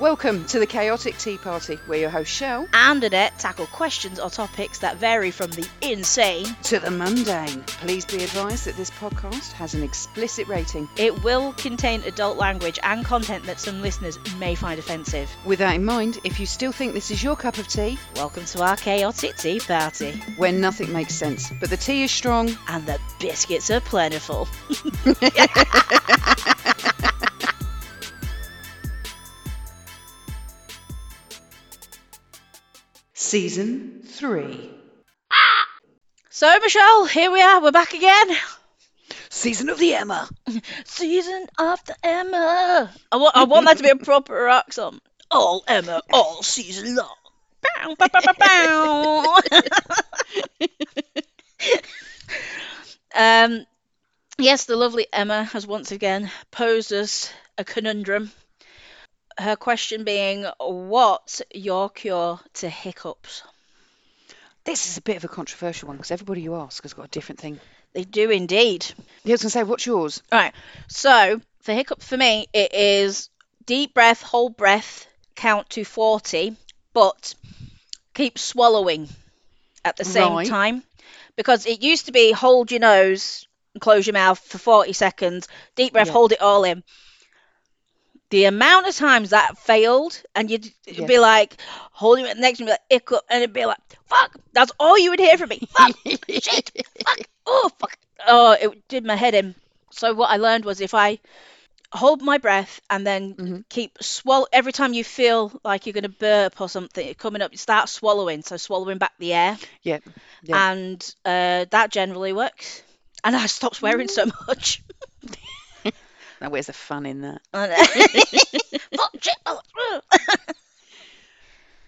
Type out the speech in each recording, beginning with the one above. Welcome to the Chaotic Tea Party, where your host Shell and Annette tackle questions or topics that vary from the insane. to the mundane. Please be advised that this podcast has an explicit rating. It will contain adult language and content that some listeners may find offensive. With that in mind, if you still think this is your cup of tea, Welcome to our chaotic tea party, where nothing makes sense, but the tea is strong, and the biscuits are plentiful. season three. So, Michelle, here we are. We're back again. Season of the Emma. Season after Emma. I want, I want that to be a proper accent. All Emma, all season long. Bow, bow, bow, bow, bow. um, yes, the lovely Emma has once again posed us a conundrum. Her question being, what's your cure to hiccups? This is a bit of a controversial one because everybody you ask has got a different thing. They do indeed. Yeah, I was going to say, what's yours? Right. So for hiccup for me, it is deep breath, hold breath, count to 40, but keep swallowing at the same Right. time. Because it used to be hold your nose, close your mouth for 40 seconds, deep breath, Yeah. hold it all in. The amount of times that failed, and you'd it'd Yeah. be like, holding it next, and be like, hiccup, and it'd be like, fuck, that's all you would hear from me. Ah, Fuck, shit, fuck, oh, fuck. Oh, it did my head in. So what I learned was if I hold my breath and then Mhm. keep swallow every time you feel like you're going to burp or something coming up, you start swallowing. So swallowing back the air, Yeah. Yeah. and uh, that generally works. And I stopped swearing so much. Now, where's the fun in that? Fuck, shit, oh, oh.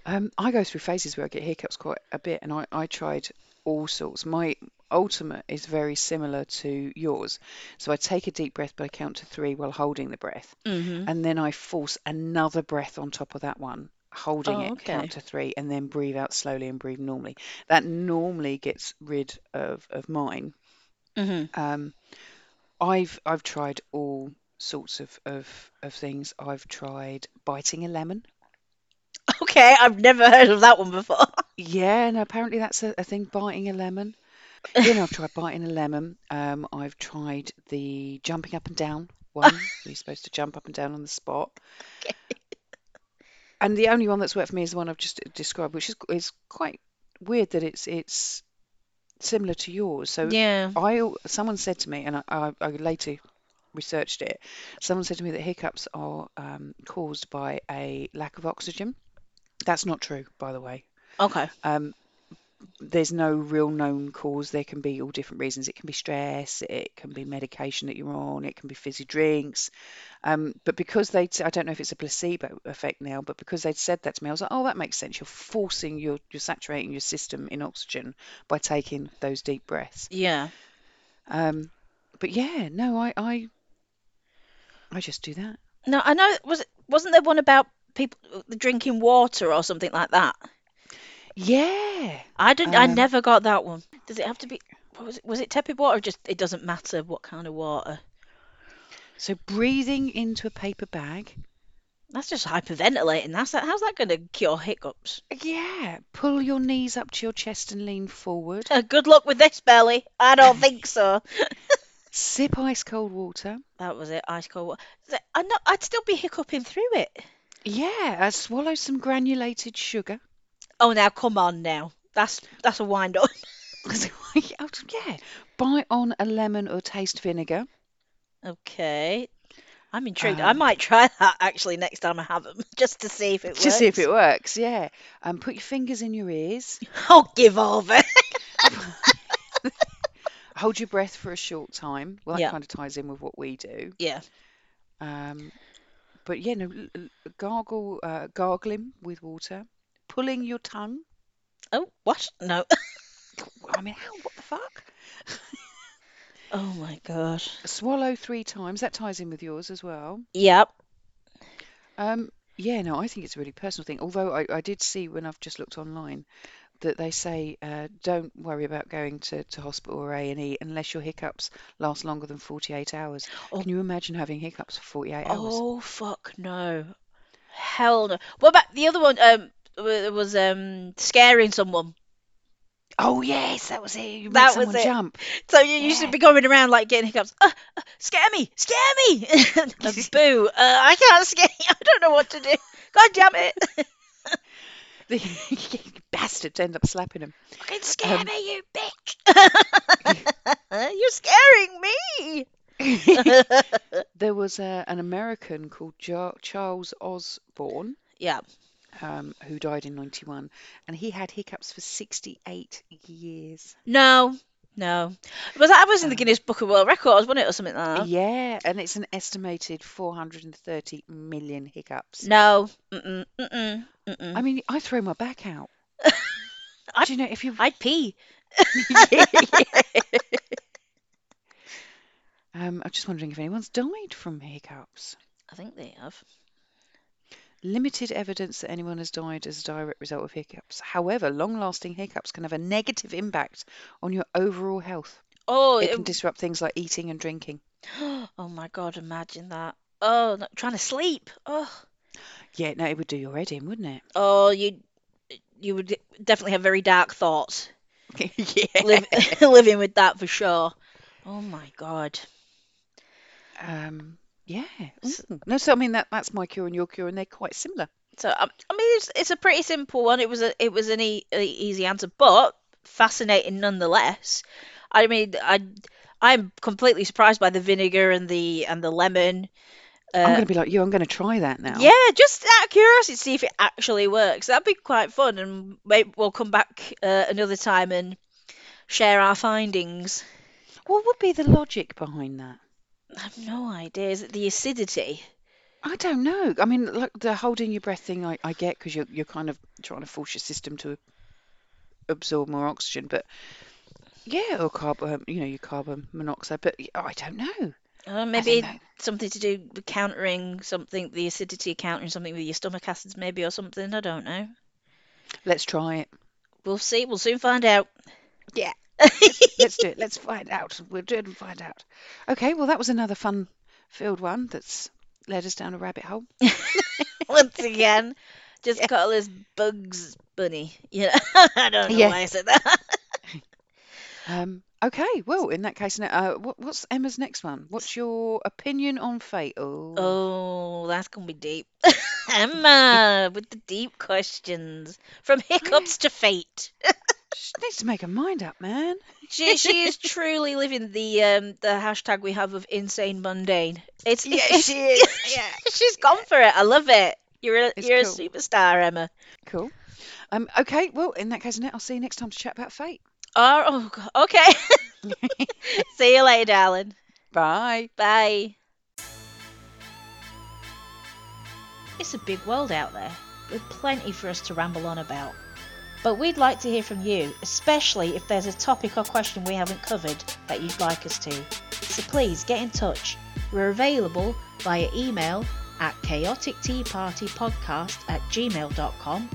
Um, I go through phases where I get hiccups quite a bit, and I, I tried all sorts. My ultimate is very similar to yours. So I take a deep breath, but I count to three while holding the breath. Mhm. And then I force another breath on top of that one, holding Oh, it, okay. count to three, and then breathe out slowly and breathe normally. That normally gets rid of, of mine. Mhm. Um, I've I've tried all sorts of, of, of things. I've tried biting a lemon. Okay, I've never heard of that one before. Yeah, and apparently that's a, a thing, biting a lemon. You know, I've tried biting a lemon. Um, I've tried the jumping up and down one. where You're supposed to jump up and down on the spot. And the only one that's worked for me is the one I've just described, which is is quite weird that it's it's similar to yours. So Yeah. I al- someone said to me, and I, I, I later researched it. Someone said to me that hiccups are um, caused by a lack of oxygen. That's not true, by the way. Okay. Um, there's no real known cause. There can be all different reasons. It can be stress, it can be medication that you're on, it can be fizzy drinks. Um, but because they, I don't know if it's a placebo effect now, but because they'd said that to me, I was like, oh, that makes sense. You're forcing your, you're saturating your system in oxygen by taking those deep breaths. Yeah. Um, but yeah, no, I, I, I just do that. No, I know. Was it, wasn't there one about people drinking water or something like that? Yeah. I didn't. I Um, never got that one. Does it have to be? What was it? Was it tepid water? Or just it doesn't matter what kind of water. So breathing into a paper bag. That's just hyperventilating. That's that. How's that going to cure hiccups? Yeah, pull your knees up to your chest and lean forward. Uh, good luck with this, Belly. I don't think so. Sip ice cold water. That was it. Ice cold water. I know. I'd still be hiccuping through it. Yeah, uh, swallow some granulated sugar. Oh, now come on, now. That's that's a wind up. yeah, bite on a lemon or taste vinegar. Okay. I'm intrigued. I might try that actually next time I have them, just to see if it works. Just see if it works. Yeah, um, put your fingers in your ears. I'll give over. Hold your breath for a short time. Well, that Yeah. kind of ties in with what we do. yeah. Um, but yeah, no, l- l- gargle, uh, gargling with water, pulling your tongue. Oh, what? No. I mean, how? What the fuck? Oh my god. Swallow three times. That ties in with yours as well. Yep. Um, yeah, no, I think it's a really personal thing. Although I, I did see when I've just looked online that they say uh, don't worry about going to, to hospital or A&E unless your hiccups last longer than 48 hours. Oh. Can you imagine having hiccups for 48 hours? Oh fuck no. Hell no. What about the other one? Um, wa- was um scaring someone. Oh yes, that was it. You made That was someone it. jump. So you, you Yeah. should be going around like getting hiccups. Uh, uh, scare me, scare me. And Boo! Uh, I can't scare. you. I don't know what to do. God damn it! The bastards end up slapping him. Fucking scare Um, me, you bitch! You're scaring me. There was a, an American called jo- Charles Osborne yeah. um, who died in 91 and he had hiccups for 68 years. No. No. Was that I was in the Um, Guinness Book of World Records, wasn't it, or something like that? Yeah, and it's an estimated 430 million hiccups. No. Mm-mm. Mm-mm. Mm-mm. I mean, I throw my back out. I- Do you know if you I'd pee. um, I'm just wondering if anyone's died from hiccups. I think they have. Limited evidence that anyone has died as a direct result of hiccups. However, long-lasting hiccups can have a negative impact on your overall health. Oh, It can it- disrupt things like eating and drinking. oh my God, imagine that. Oh, no, trying to sleep. Oh, Yeah, no, it would do your head in, wouldn't oh, you you would definitely have very dark thoughts it? liv living with that for sure. Oh my God. Um, yeah. S- Mm. No, so I mean that that's my cure and your cure, and they're quite similar. So I, I mean, it's, it's a pretty simple one. It was a it was an e a easy answer, but fascinating nonetheless. I mean, I I'm completely surprised by the vinegar and the and the lemon. I'm Uh, going to be like you. I'm going to try that now. yeah, just out of curiosity, see if it actually works. That'd be quite fun, and maybe we'll come back uh, another time and share our findings. What would be the logic behind that? I have no idea. Is it the acidity? I don't know. I mean, look, the holding your breath thing I, I get because you're you're kind of trying to force your system to absorb more oxygen, but yeah, or carbon, you know, your carbon monoxide. But y- I don't know. Uh, I maybe don't know. something to do with countering something, the acidity countering something with your stomach acids, maybe, or something. I don't know. Let's try it. We'll see. We'll soon find out. Yeah. Let's do it. Let's find out. We'll do it and find out. Okay. Well, that was another fun-filled one that's led us down a rabbit hole. Once again, just call us Bugs Bunny. You know, I don't know Yeah. why I said that. Um, okay, well, in that case, now, uh, what, what's Emma's next one? What's your opinion on fate? Oh, Oh, that's gonna be deep. Emma with the deep questions, from hiccups to fate. she needs to make her mind up, man. She she is truly living the um the hashtag we have of insane mundane. It's it's- is. yeah, she's gone for it. I love it. You're a, It's you're cool. a superstar, Emma. cool. Um, okay, well, in that case, Annette, I'll see you next time to chat about fate. Oh, oh God. okay. See you later, darling. Bye. Bye. It's a big world out there, with plenty for us to ramble on about. But we'd like to hear from you, especially if there's a topic or question we haven't covered that you'd like us to. So please get in touch. We're available via email at chaoticteapartypodcast at gmail.com,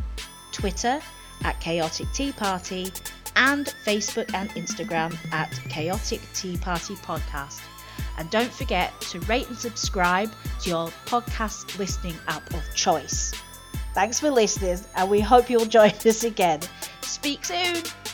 Twitter at Chaotic Tea Party, and Facebook and Instagram at Chaotic Tea Party Podcast. And don't forget to rate and subscribe to your podcast listening app of choice. Thanks for listening, and we hope you'll join us again. Speak soon.